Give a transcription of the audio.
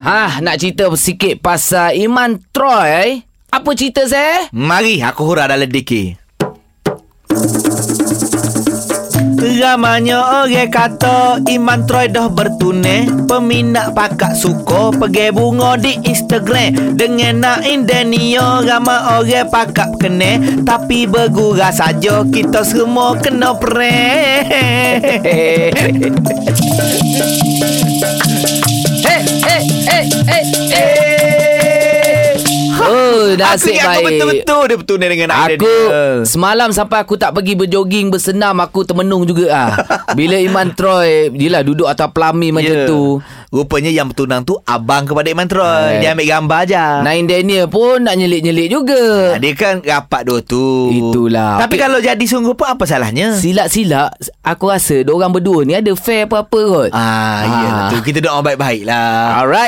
Ha, nak cerita sikit pasal Iman Troy. eh? Apa cerita saya? Mari aku hura dalam dikir. Ramanya orang kata Iman Troy dah bertunai Peminat pakak suko Pergi bunga di Instagram Dengan naik Denio Ramai orang pakak kena Tapi bergurau saja Kita semua kena prank Eh, eh, eh, eh, eh. Oh, Aku nasib baik. ingat kau betul-betul Dia bertunai dengan Naik Aku Daniel. semalam sampai aku tak pergi berjoging bersenam aku termenung juga ah. Bila Iman Troy yelah duduk atas pelami macam Ya. tu. Rupanya yang bertunang tu Abang kepada Iman Troy Eh. Dia ambil gambar je Nain Daniel pun nak nyelit-nyelit juga. Ah, Dia kan rapat dua tu Itulah. Tapi Tapi- kalau jadi sungguh pun Apa salahnya Silap-silap aku rasa orang berdua ni ada fair apa-apa kot. Ah, ah. Ah. Iyalah tu Kita doa baik-baik lah Alright.